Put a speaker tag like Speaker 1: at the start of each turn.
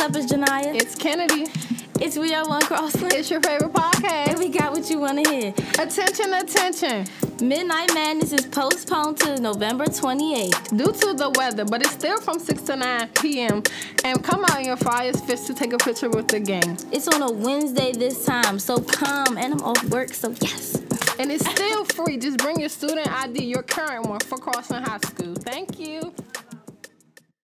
Speaker 1: up? It's Janaya.
Speaker 2: It's Kennedy.
Speaker 1: It's We Are One Crossland.
Speaker 2: It's your favorite
Speaker 1: and
Speaker 2: podcast.
Speaker 1: we got what you want to hear.
Speaker 2: Attention, attention.
Speaker 1: Midnight Madness is postponed to November 28th.
Speaker 2: Due to the weather, but it's still from 6 to 9 p.m. And come out in your flyers fist to take a picture with the gang.
Speaker 1: It's on a Wednesday this time, so come. And I'm off work, so yes.
Speaker 2: And it's still free. Just bring your student ID, your current one, for Crossland High School. Thank you.